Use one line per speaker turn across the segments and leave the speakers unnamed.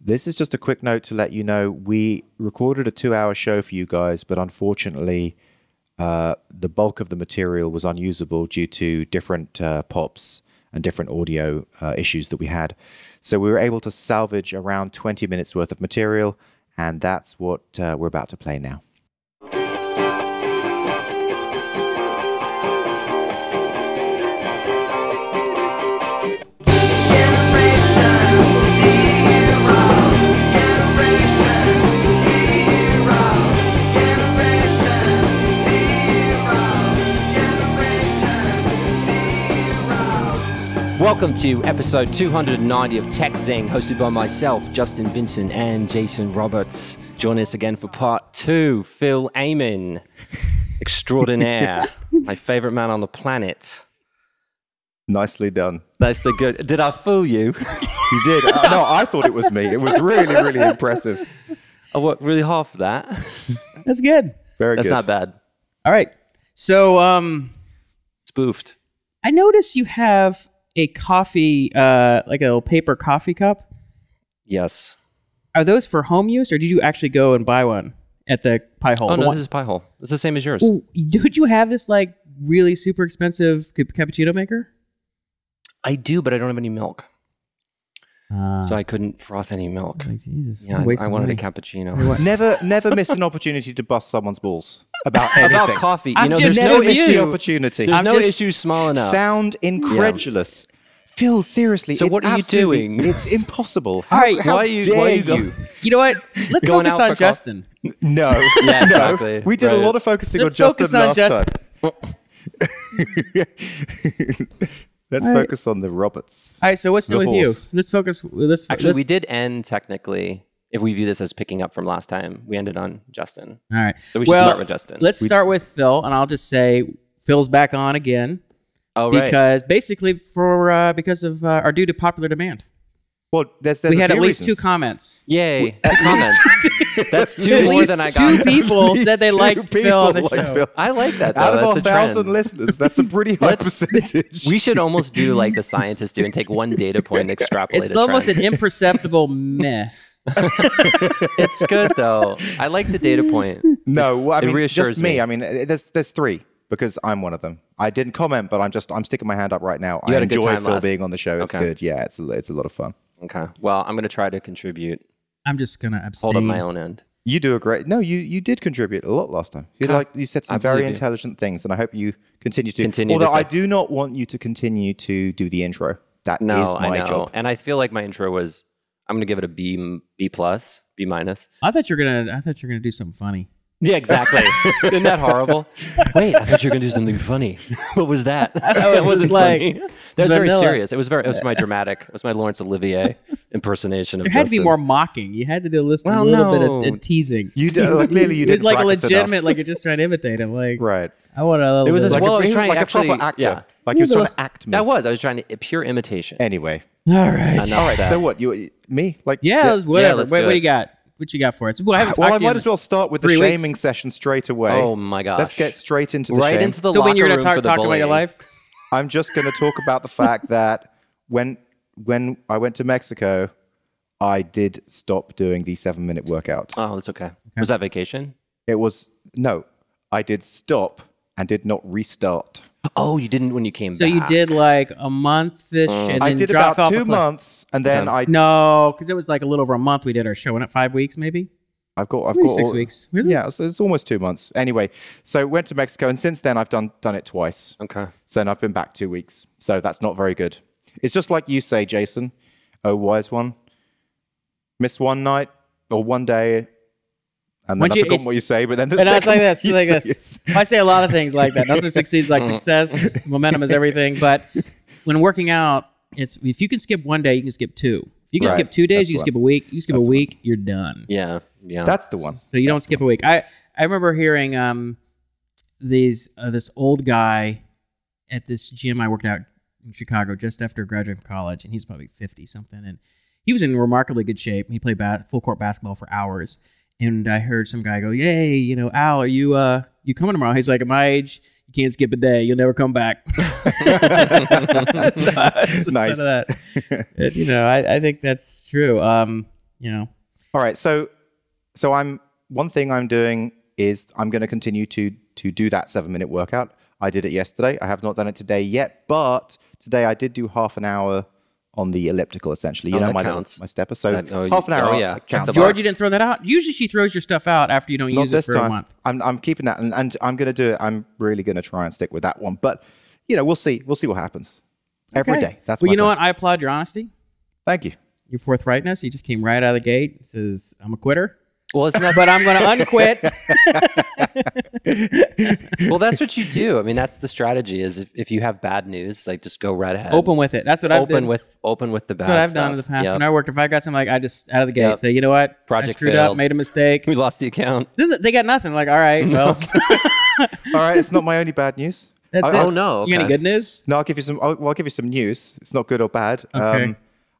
This is just a quick note to let you know we recorded a two hour show for you guys, but unfortunately, uh, the bulk of the material was unusable due to different uh, pops and different audio uh, issues that we had. So we were able to salvage around 20 minutes worth of material, and that's what uh, we're about to play now.
Welcome to episode 290 of Tech Zing, hosted by myself, Justin Vincent, and Jason Roberts. Join us again for part two. Phil Amon, extraordinaire, my favorite man on the planet.
Nicely done.
Nicely good. Did I fool you?
You did. Uh, no, I thought it was me. It was really, really impressive.
I worked really hard for that.
That's good.
Very
That's
good.
not bad.
All right. So um,
Spoofed.
I notice you have a coffee, uh, like a little paper coffee cup.
Yes.
Are those for home use, or did you actually go and buy one at the pie hole?
Oh,
The
no,
one-
this is pie hole. It's the same as yours.
Ooh, Did you have this like really super expensive ca- cappuccino maker?
I do, but I don't have any milk.
Ah.
Uh,
So I couldn't froth any milk.
Jesus,
Yeah, I, I wanted a cappuccino.
Never, never miss an opportunity to bust someone's balls about anything.
About coffee, you
I'm
know,
just
there's
Never
no
miss the
issue.
opportunity.
There's
I'm
no
just-
issue small enough.
Sound incredulous. Phil, seriously.
So
it's
what are you
absolutely-
doing?
It's impossible. How,
All right,
how
why are you-
dare
why are you going-
You know what? Let's
Going
focus
out for
on
coffee.
Justin.
No,
Yeah,
no.
exactly.
We did a
Right.
lot of focusing
Let's
on Justin
focus on
last time. Let's
All right.
focus on the Roberts.
All right. So what's new
The
with you?
horse.
Let's focus. Let's
Actually,
let's-
we did end technically. If we view this as picking up from last time, we ended on Justin.
All right.
So we should start with Justin.
Let's start with Phil, and I'll just say Phil's back on again.
Oh, right.
because basically for uh, because of uh, are due to popular demand.
Well, there's, there's
We
a
had at
few
least two
reasons.
comments.
Yay. Comments. That's two
at
more
least
than I
two
got.
people said they
Two
liked
people
Phil on the
like
show.
Phil.
I like that, though.
Out of
That's
our
a trend.
thousand listeners, that's a pretty high
Let's-
percentage.
We should almost do like the scientists do and take one data point and extrapolate
It's
a
almost
trend.
an imperceptible meh.
It's good, though. I like the data point.
no,
It's-
well, I
it
mean,
reassures
just me. I mean, uh, there's there's three because I'm one of them. I didn't comment, but I'm just I'm sticking my hand up right now.
You
I
had a good
enjoy
time
Phil
last-
being on the show. It's
Okay.
good. Yeah, it's a, it's a lot of fun.
Okay. Well, I'm going to try to contribute.
I'm just gonna abstain.
Hold on my own end.
You do a great. No, you you did contribute a lot last time. You like you said some
I
very
believe you.
intelligent things, and I hope you continue to.
Continue
although
this-
I do not want you to continue to do the intro. That is
No,
my
I know.
job.
And I feel like my intro was, I'm going to give it a B, B plus, B minus.
I thought you were gonna. I thought you were gonna do something funny.
Yeah, exactly. Isn't that horrible? Wait, I thought you were gonna do something funny. What was that?
thought it
That
was like
That was very
vanilla.
serious. It was very. It was my dramatic. It was my Laurence Olivier impersonation of.
There had to be
Justin.
more mocking. You had to do a list
Well,
a little
no.
bit of, of teasing.
You did- well, clearly you
It was
didn't
like a
practice
legitimate.
enough.
Like you're just trying to imitate him. Like
Right.
I want a little
It was
bit.
as
of-
well. I
a,
was
he
trying
like
to
a
actually.
proper actor.
Yeah.
Like he was trying to act.
That
more.
was. I was trying to pure imitation.
anyway.
All right.
Enough said.
So what you me like?
Yeah. let's- Whatever.
let's
what,
do
what
it.
do you got? What you got for us? Well, I haven't
Well,
talked
I
to you
might
in-
as well start with the
three weeks.
shaming session straight away.
Oh my gosh.
Let's get straight into the
right
shame.
into the
So when you're
locker
gonna
room
talk
for the
talk about your
bullying.
life?
I'm just going to talk about the fact that when when I went to Mexico, I did stop doing the seven minute workout.
Oh, it's okay. Was that vacation?
It was no, I did stop and did not restart.
Oh, you didn't when you came
So
back.
you did like a month ish, and then
Mm. I did
dropped
about
off a
two
cliff.
months, and then I
No, because it was like a little over a month. We did our show, and at five weeks maybe,
I've got I've
maybe
got
six
all-
weeks. Really?
Yeah, so it's almost two months. Anyway, so went to Mexico, and since then I've done done it twice.
Okay.
So and I've been back two weeks. So that's not very good. It's just like you say, Jason. Oh, wise one. Miss one night or one day, and then
Once
I've
you-
forgotten
it's-
what you say. But then the
And I was
second
like this,
you
like
say
this.
is-
I say a lot of things like that. Nothing succeeds like
Mm.
success. Momentum is everything. But when working out, it's if you can skip one day, you can skip two. If you can
Right.
skip two days,
That's
you
the
can skip a week. You skip a week, you're done.
Yeah. Yeah.
That's the one.
So you don't skip a week. I I remember hearing um these uh, this old guy at this gym I worked out in Chicago just after graduating from college, and he's probably fifty something, and he was in remarkably good shape. He played ba- full court basketball for hours, and I heard some guy go, "Yay, you know, Al, are you uh you coming tomorrow?" He's like, "At my age, you can't skip a day. You'll never come back."
Nice.
None of that. It- you know, I, I think that's true. Um, you know.
All right. So, so I'm one thing I'm doing is I'm going to continue to to do that seven minute workout. I did it yesterday. I have not done it today yet, but today I did do half an hour on the elliptical. Essentially, you
Oh,
know
that
my
counts.
my stepper. So
That- oh,
half an
you-
hour.
oh, yeah.
I count
The
that.
George, you didn't throw that out. Usually, she throws your stuff out after you don't
Not
use it
this
for a
time.
month.
I'm I'm keeping that, and, and I'm going to do it. I'm really going to try and stick with that one. But you know, we'll see. We'll see what happens. Every
Okay.
day. That's
well.
my
You know
plan.
what? I applaud your honesty,
Thank you.
your forthrightness. You just came right out of the gate. and Says, "I'm a quitter,
Well, it's not.
but I'm going to unquit."
well, that's what you do. I mean, that's the strategy. Is if, if you have bad news, like just go right ahead.
open with it. That's what I've
open
done.
with open with the bad.
That's what I've
stuff.
done in the past.
Yep.
When I worked, if I got something like I just out of the gate,
Yep.
say, you know what, I
Project
screwed up,
failed.
made a mistake.
we lost the account.
Then they got nothing. Like, all right, well,
All right. It's not my only bad news.
that's
I-
it.
I'll-
Oh, no,
You got any
okay.
good news?
No, I'll give you some. I'll, well, I'll give you some news. It's not good or bad. Um,
Okay.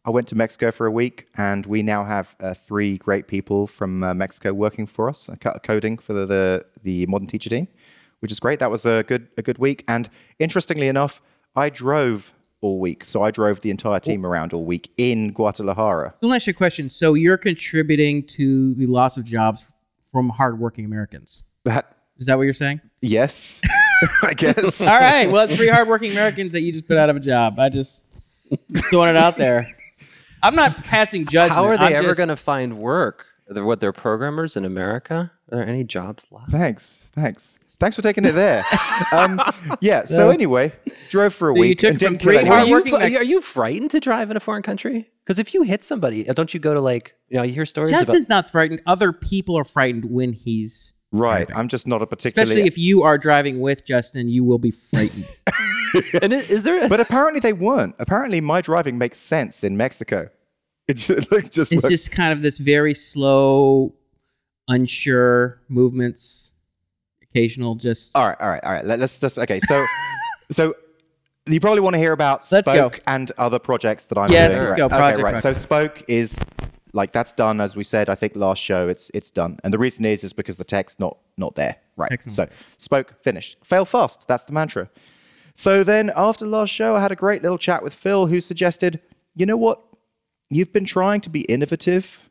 I went to Mexico for a week, and we now have uh, three great people from uh, Mexico working for us, uh, co- coding for the, the the modern teacher team, which is great. That was a good a good week. And interestingly enough, I drove all week, so I drove the entire team around all week in Guadalajara.
Let me ask you a question. So you're contributing to the loss of jobs from hardworking Americans.
That
Is that what you're saying?
yes, I guess.
All right. Well, it's three hardworking Americans that you just put out of a job. I just throwing it out there. I'm not passing judgment.
How are they
I'm
ever
just-
going to find work? Are there- What they're programmers in America? Are there any jobs left?
Thanks, thanks, thanks for taking it there. um, yeah. So anyway, drove for a
you
week
took
and
from
didn't
three
kill anyone.
Are you,
Hardworking
fr- are
Mex-
you- are you frightened to drive in a foreign country? Because if you hit somebody, don't you go to like you know you hear stories about
Justin's not frightened. Other people are frightened when he's.
Right. I'm just not a particularly.
Especially if you are driving with Justin, you will be frightened.
and is, is there a,
but apparently they weren't. Apparently my driving makes sense in Mexico. It just, like, just
it's
works.
just kind of this very slow, unsure movements, occasional just.
all right, all right, all right. Let, us just okay. So, so you probably want to hear about
Let's go.
Spoke and other projects that I'm
Yes,
doing.
let's
right.
go. Project,
okay, right.
project.
So Spoke is like that's done as we said. I think last show it's it's done, and the reason is is because the text not not there. Right.
Excellent.
So Spoke finished. Fail fast. That's the mantra. So then after last show, I had a great little chat with Phil, who suggested, you know what, you've been trying to be innovative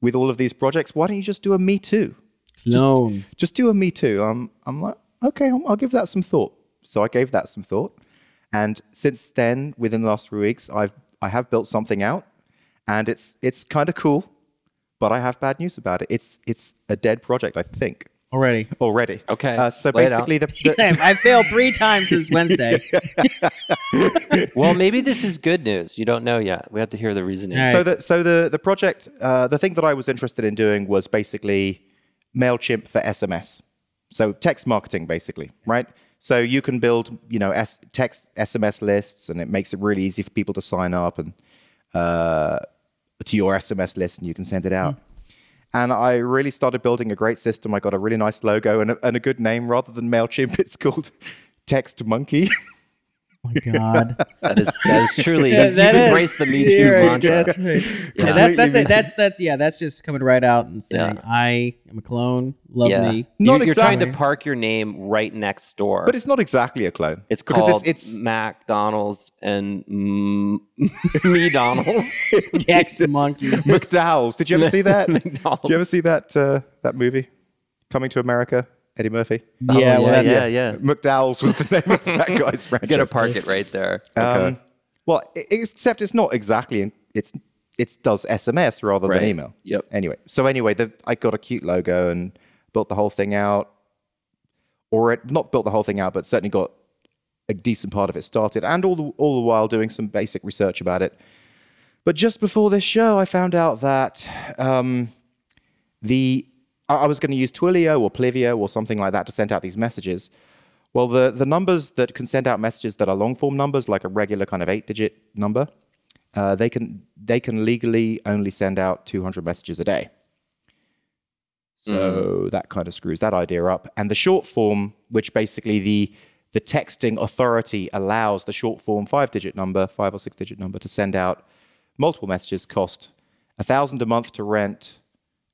with all of these projects. Why don't you just do a Me Too?
Clone.
just do a me too. Um, I'm like, okay, I'll, I'll give that some thought. So I gave that some thought, and since then, within the last three weeks, I've I have built something out, and it's it's kind of cool, but I have bad news about it. It's it's a dead project, I think,
already.
already.
Okay,
Uh, so
lay it out.
basically, the, the
I failed three times since Wednesday.
well maybe this is good news you don't know yet we have to hear the reasoning
All right.
so the so the the project, uh, the thing that I was interested in doing was basically Mailchimp for SMS. So text marketing, basically, right? So you can build, you know, S- text SMS lists, and it makes it really easy for people to sign up and uh, to your SMS list, and you can send it out. And I really started building a great system. I got a really nice logo and a, and a good name. Rather than Mailchimp, it's called Text Monkey.
Oh my God.
that is that is truly
Yeah,
you've
that is-
embraced the me too
Yeah, right,
mantra
That's right. Yeah,
Yeah.
that's that's, it. that's that's yeah. That's just coming right out and saying,
Yeah.
"I am a clone. Love
yeah
me."
Not
you're, you're trying to
exactly.
park your name right next door
But it's not exactly a clone.
it's
because
called
it's, it's
McDonald's and mm, McDonald's.
Text monkey.
McDowell's. Did you ever see that? Did
McDonald's.
you ever see that uh, that movie, Coming to America? Eddie Murphy.
Oh,
yeah, well,
yeah,
that's-
yeah, yeah.
McDowell's was the name of that guy's franchise.
You got to park it right there.
Um, well, e- except it's not exactly. in- It's it does SMS rather
Right.
than email.
Yep.
Anyway, so anyway, the, I got a cute logo and built the whole thing out, or it, not built the whole thing out, but certainly got a decent part of it started, and all the, all the while doing some basic research about it. But just before this show, I found out that um, the I I was going to use Twilio or Plivio or something like that to send out these messages. Well, the the numbers that can send out messages that are long form numbers, like a regular kind of eight digit number, uh, they can they can legally only send out 200 messages a day. So that kind of screws that idea up. And the short form, which basically the the texting authority allows the short form five digit number, five or six digit number, to send out multiple messages, cost a thousand a month to rent,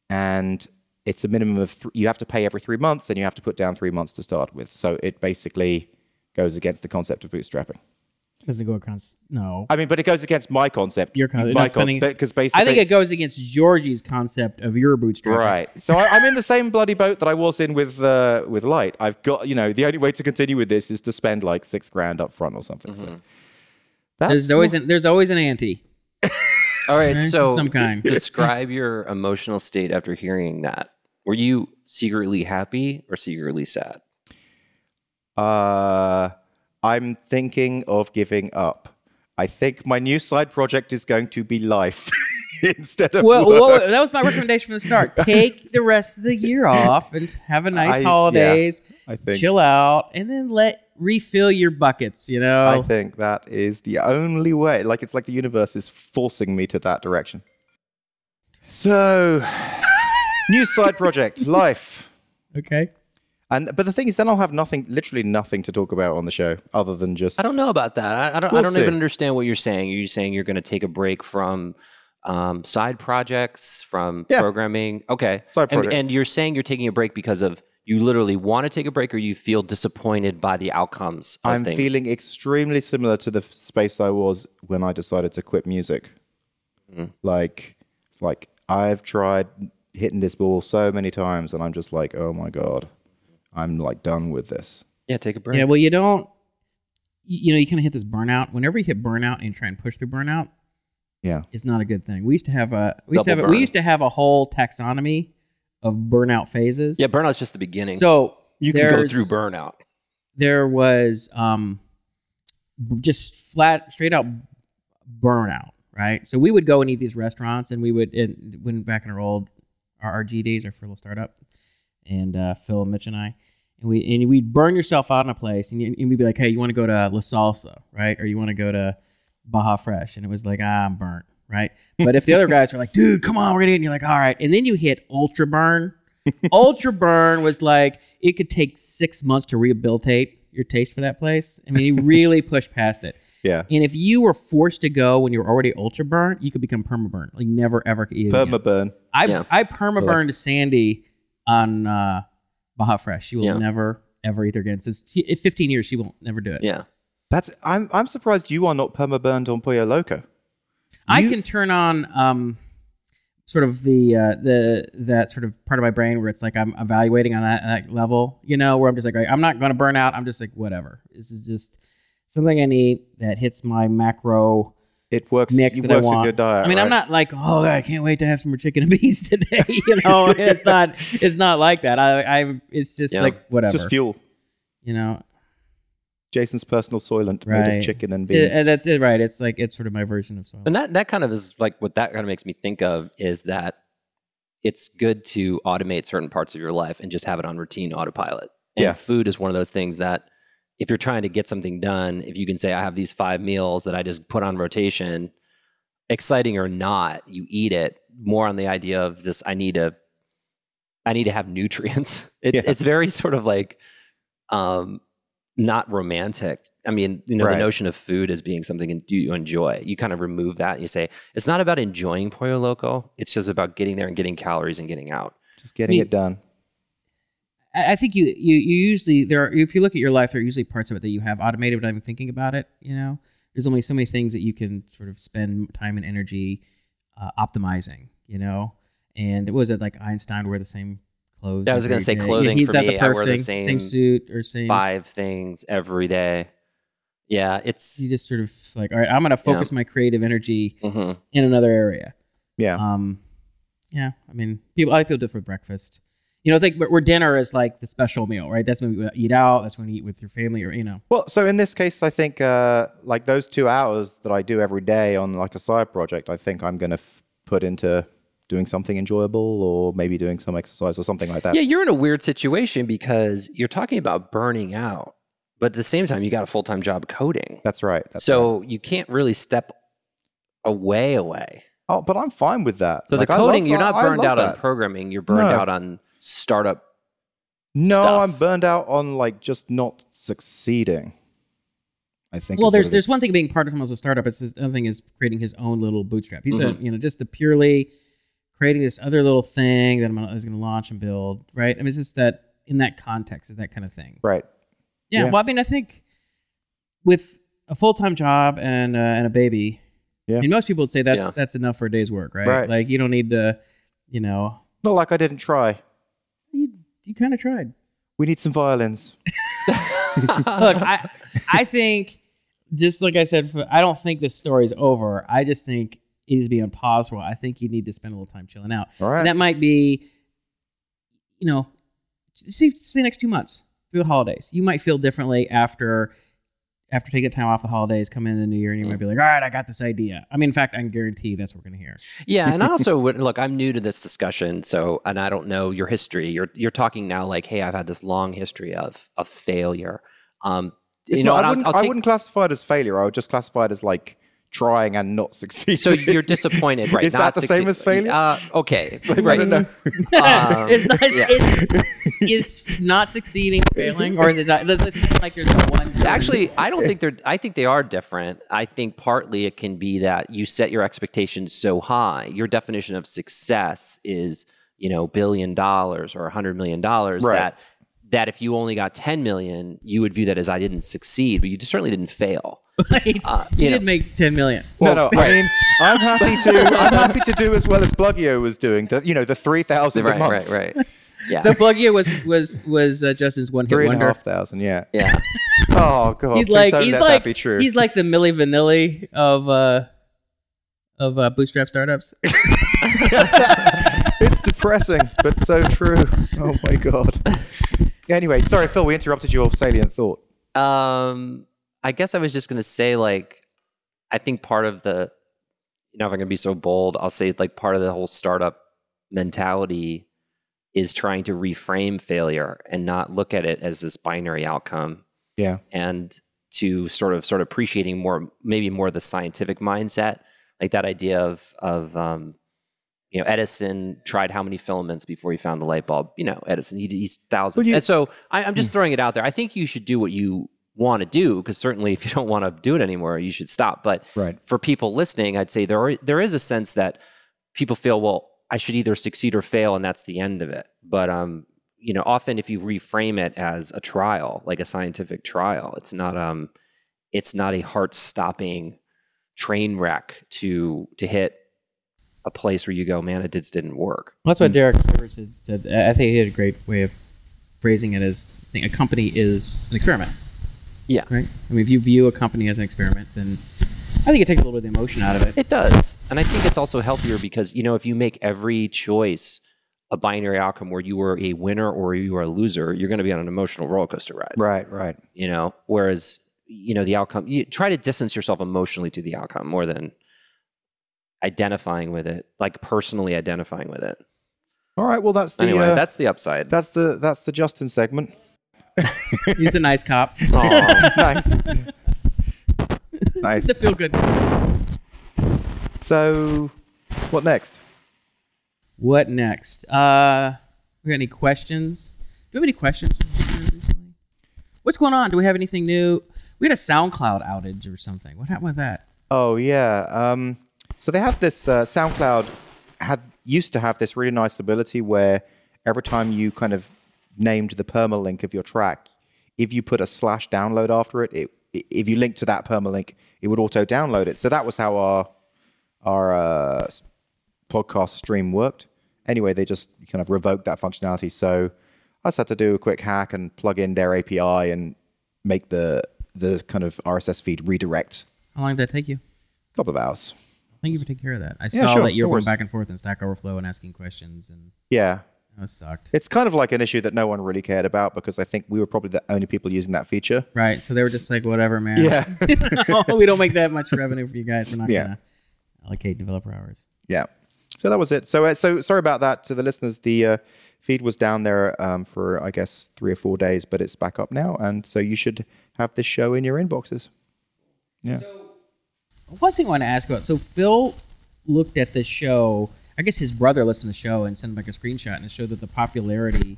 and it's a minimum of th- you have to pay every three months, and you have to put down three months to start with. So it basically goes against the concept of bootstrapping.
Doesn't go across. No.
I mean, but it goes against my concept.
Your con- you're not
my
spending-
because basically,
I think it goes against Georgie's concept of your bootstrap.
Right. So I, I'm in the same bloody boat that I was in with uh, with light. I've got you know the only way to continue with this is to spend like six grand up front or something. So that's
There's always an, there's always an ante.
All right,
Okay,
so
some kind.
describe your emotional state after hearing that. Were you secretly happy or secretly sad?
Uh, I'm thinking of giving up. I think my new side project is going to be life instead of
Well,
work.
well, that was my recommendation from the start. Take the rest of the year off and have a
I-
nice
yeah,
holidays.
I think-
chill out and then let refill your buckets. You know,
I think that is the only way. Like it's like the universe is forcing me to that direction. So, new side project, life.
okay.
And but the thing is, then I'll have nothing, literally nothing to talk about on the show other than just.
I don't know about that. I, I don't.
We'll
I don't
see.
even understand what you're saying. You're saying you're going to take a break from um, side projects, from
Yeah.
programming. Okay.
Side
and,
project.
and you're saying you're taking a break because of you literally want to take a break, or you feel disappointed by the outcomes. Of
I'm
things.
feeling extremely similar to the f- space I was when I decided to quit music. Like, it's like I've tried hitting this ball so many times, and I'm just like, oh my god, I'm like done with this.
Yeah, take a break.
Yeah. Well, you don't. You you know, you kind of hit this burnout. Whenever you hit burnout and try and push through burnout,
Yeah.
it's not a good thing. We used to have a we used to
Double
have a, we
burn.
used to have a whole taxonomy of burnout phases.
yeah. Burnout's just the beginning.
So
You
you
can
go
there's-
through burnout.
there was um b- just flat straight out burnout right so we would go and eat these restaurants and we would and when back in our old our rg days our little startup and uh, phil mitch and i and we and we'd burn yourself out in a place and, you, and we'd be like hey you want to go to la salsa right or you want to go to baja fresh and it was like ah, i'm burnt right but if the other guys were like dude come on we're gonna eat and you're like all right and then you hit ultra burn Ultra Burn was like it could take six months to rehabilitate your taste for that place. I mean, you really pushed past it.
Yeah.
And if you were forced to go when you were already ultra burn, you could become perma burn. Like never ever could eat it. again.
Perma burn.
I
Yeah.
I perma burned to Sandy on uh, Baja Fresh. She will
Yeah.
never ever eat there again. Since she, in 15 years, she won't never do it.
Yeah.
That's I'm I'm surprised you are not perma burned on Pollo Loco.
I
You-
can turn on um, sort of the uh, the that sort of part of my brain where it's like I'm evaluating on that, that level, you know, where I'm just like I'm not going to burn out. I'm just like whatever. This is just something I need that hits my macro
It works.
mix
it
that I
works
want.
with your diet.
I mean, I'm
right?
not like oh, I can't wait to have some more chicken and beans today. you know, it's not it's not like that. I I it's just
Yeah.
like whatever.
just fuel.
you know,
Jason's personal soylent made
Right.
of chicken and beans.
it, and uh, that's it, right? It's like it's sort of my version of something.
And that that kind of is like what that kind of makes me think of is that it's good to automate certain parts of your life and just have it on routine autopilot. And
Yeah.
food is one of those things that if you're trying to get something done, if you can say I have these five meals that I just put on rotation, exciting or not, you eat it more on the idea of just I need to I need to have nutrients. It,
Yeah.
It's very sort of like um not romantic. I mean, you know,
Right.
the notion of food as being something en- you enjoy, you kind of remove that and you say, it's not about enjoying Pollo Loco. It's just about getting there and getting calories and getting out.
just getting
Me-
it done.
I I think you you you usually there are, if you look at your life, there are usually parts of it that you have automated without even thinking about it. You know, there's only so many things that you can sort of spend time and energy uh, optimizing. You know, and was it like Einstein wore the same clothes?
Yeah, I was
every
gonna say
day?
clothing
he's
for
got the
me, I
perf
wear the
thing,
same
suit or same.
Five things every day. Yeah, it's
You just sort of like, all right, I'm gonna focus my creative energy
mhm.
in another area.
Yeah.
Um, yeah, I mean, people, a lot of people do it for breakfast. You know, I think but where dinner is like the special meal, right? That's when you eat out. That's when you eat with your family, or you know.
Well, so in this case, I think uh, like those two hours that I do every day on like a side project, I think I'm going to f- put into doing something enjoyable or maybe doing some exercise or something like that.
yeah, you're in a weird situation because you're talking about burning out, but at the same time, you got a full time job coding.
That's right. That's right.
so you can't really step away away.
oh, but I'm fine with that.
So
Like,
the
I
coding,
love-
you're not
I- I
burned out
love
on
that.
programming. You're burned
No.
out on startup.
No,
stuff.
I'm burned out on like just not succeeding. I think. is
Well,
what it
there's
is.
there's one thing being part of him as a startup. It's this other thing is creating his own little bootstrap. He's done, you know just the purely creating this other little thing that I'm gonna, I was going to launch and build. Right. I mean, it's just that in that context of that kind of thing.
right.
Yeah,
Yeah.
Well, I mean, I think with a full time job and uh, and a baby.
Yeah.
And most people would say that's
Yeah.
that's enough for a day's work, right?
Right.
Like you don't need to, you know,
Not like I didn't try.
you you kind of tried.
We need some violins.
Look, I I think just like I said, for- I don't think this story's over. I just think it needs to be on pause. For a while. I think you need to spend a little time chilling out.
All right.
And that might be, you know, see, see the next two months through the holidays. You might feel differently after after taking time off the holidays, coming in the new year, and you might be like, all right, I got this idea. I mean, in fact, I can guarantee that's what we're gonna hear.
Yeah, and I also would look. I'm new to this discussion, so and I don't know your history. You're you're talking now like, hey, I've had this long history of of failure. Um,
It's
you know,
not-
and
I,
I'll-
wouldn't,
I'll
I
take-
wouldn't classify it as failure. I would just classify it as like trying and not succeeding.
So you're disappointed, right?
Is that
Not
the same
succeed-
as failure?
Uh, okay,
I don't
right.
know.
Um,
it's not, it's, it's not succeeding, failing, or is it not? It's it's kind of like there's no one.
Actually, I don't think they're. I think they are different. I think partly it can be that you set your expectations so high. Your definition of success is, you know, billion dollars or a hundred million dollars.
Right.
That that if you only got ten million, you would view that as I didn't succeed, but you certainly didn't fail.
Like, you
uh, you know.
did make 10 million.
No, no. I mean, I'm happy to. I'm happy to do as well as Blugio was doing. The, you know, the three thousand a
right,
month,
right, right. Yeah,
So Plugio was was was uh, Justin's one hit
Three and a
wonder.
half thousand. Yeah.
yeah.
Oh god.
He's
please
like
don't
he's
let
like
that be true.
he's like the Millie Vanilli of uh of uh, bootstrap startups.
it's depressing, but so true. Oh my god. Anyway, sorry, Phil. We interrupted your salient thought.
Um, I guess I was just gonna say like, I think part of the, you know, if I'm gonna be so bold, I'll say like part of the whole startup mentality is trying to reframe failure and not look at it as this binary outcome
Yeah.
and to sort of sort of appreciating more maybe more the scientific mindset like that idea of of um, you know Edison tried how many filaments before he found the light bulb you know Edison he, he's thousands
Well, you- Hmm.
and so I, I'm just throwing it out there I think you should do what you want to do because certainly if you don't want to do it anymore you should stop but
Right.
for people listening I'd say there are, there is a sense that people feel well I should either succeed or fail and that's the end of it but um you know often if you reframe it as a trial like a scientific trial it's not um it's not a heart stopping train wreck to to hit a place where you go man it just didn't work
That's what Derek Sivers had said. I I think he had a great way of phrasing it as I think a company is an experiment.
Yeah.
Right? I mean, if you view a company as an experiment, then I think it takes a little bit of the emotion out of it.
It does. And I think it's also healthier because, you know, if you make every choice a binary outcome where you are a winner or you are a loser, you're going to be on an emotional roller coaster ride,
Right. Right.
you know? Whereas, you know, the outcome, you try to distance yourself emotionally to the outcome more than identifying with it, like personally identifying with it.
All right. Well, that's the
Anyway,
uh,
that's the upside.
that's the that's the Justin segment.
He's the nice cop. He's
Aw.
nice. nice.
the feel good.
So, what next?
What next? Uh, we got any questions? Do we have any questions? recently? What's going on? Do we have anything new? We had a SoundCloud outage or something. What happened with that?
Oh yeah. Um, so they have this uh, SoundCloud had used to have this really nice ability where every time you kind of named the permalink of your track, if you put a slash download after it, it i- if you link to that permalink, it would auto download it. So that was how our our uh, s- podcast stream worked. Anyway, they just kind of revoked that functionality. So I just had to do a quick hack and plug in their API and make the the kind of RSS feed redirect
How long did that take you?
couple of hours.
Thank you for taking care of that. I
Yeah,
saw
sure,
that you
no
were going
worries.
back and forth in Stack Overflow and asking questions, and
Yeah.
that sucked.
It's kind of like an issue that no one really cared about because I think we were probably the only people using that feature.
Right. So they were just like, whatever, man. Oh,
Yeah.
we don't make that much revenue for you guys. We're not
Yeah.
going to allocate developer hours.
yeah. So that was it. So uh, so sorry about that to the listeners. The uh, feed was down there um, for I guess three or four days, but it's back up now, and so you should have this show in your inboxes.
One thing I want to ask about. So Phil looked at this show. I guess his brother listened to the show and sent him like a screenshot, and it showed that the popularity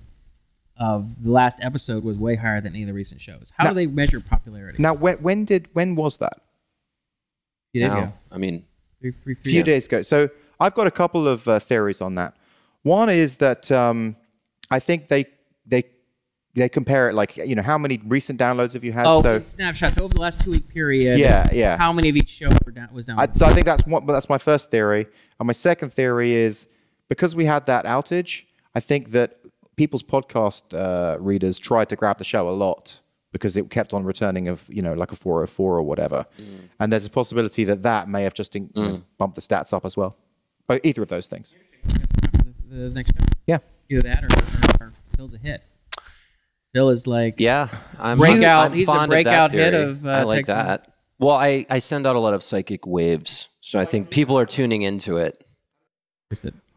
of the last episode was way higher than any of the recent shows. How
No.
do they measure popularity?
Now, when when did when was that?
Few days
Now,
ago.
I mean,
Three- three- three-
few days ago. So I've got a couple of uh, theories on that. One is that um, I think they they they compare it like you know how many recent downloads have you had?
Oh,
so
snapshots over the last two week period.
yeah, yeah.
How many of each show were down, was down?
I, so I think that's one. But that's my first theory, and my second theory is because we had that outage. I think that people's podcast uh, readers tried to grab the show a lot because it kept on returning of you know like a 404 or whatever, and there's a possibility that that may have just in, you know, bumped the stats up as well. But either of those things,
the, the next show.
yeah.
Either that or, or, or Phil's a hit. Phil is like
Yeah, I'm
Breakout-
I'm
he's a
fond of that
breakout hit
theory.
of, uh,
I like
Texas.
that. Well, I, I send out a lot of psychic waves, so I think people are tuning into it.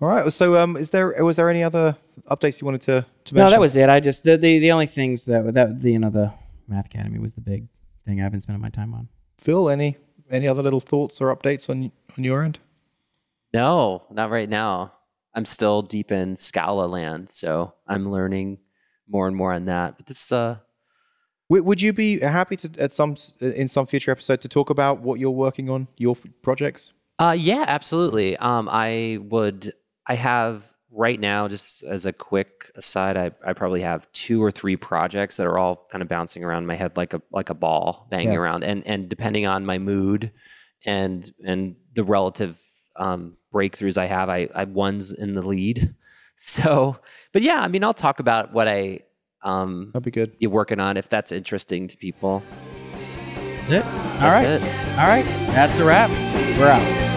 All right. So um, is there was there any other updates you wanted to to mention?
No, that was it. I just the the, the only things that that the you know the math academy was the big thing I've been spending my time on.
Phil. Any any other little thoughts or updates on on your end?
No, not right now. I'm still deep in Scala land, so I'm learning more and more on that. But this, uh,
Would would you be happy to at some in some future episode to talk about what you're working on, your f- projects?
Uh, yeah, absolutely. Um, I would. I have right now, just as a quick aside, I, I probably have two or three projects that are all kind of bouncing around my head like a like a ball banging
Yeah.
around, and and depending on my mood and and the relative um, breakthroughs I have, I I one's in the lead. So, but yeah, I mean, I'll talk about what I um
That'd be good.
you're working on if that's interesting to people.
That's it. All right.
That's it.
All right. That's a wrap. We're out.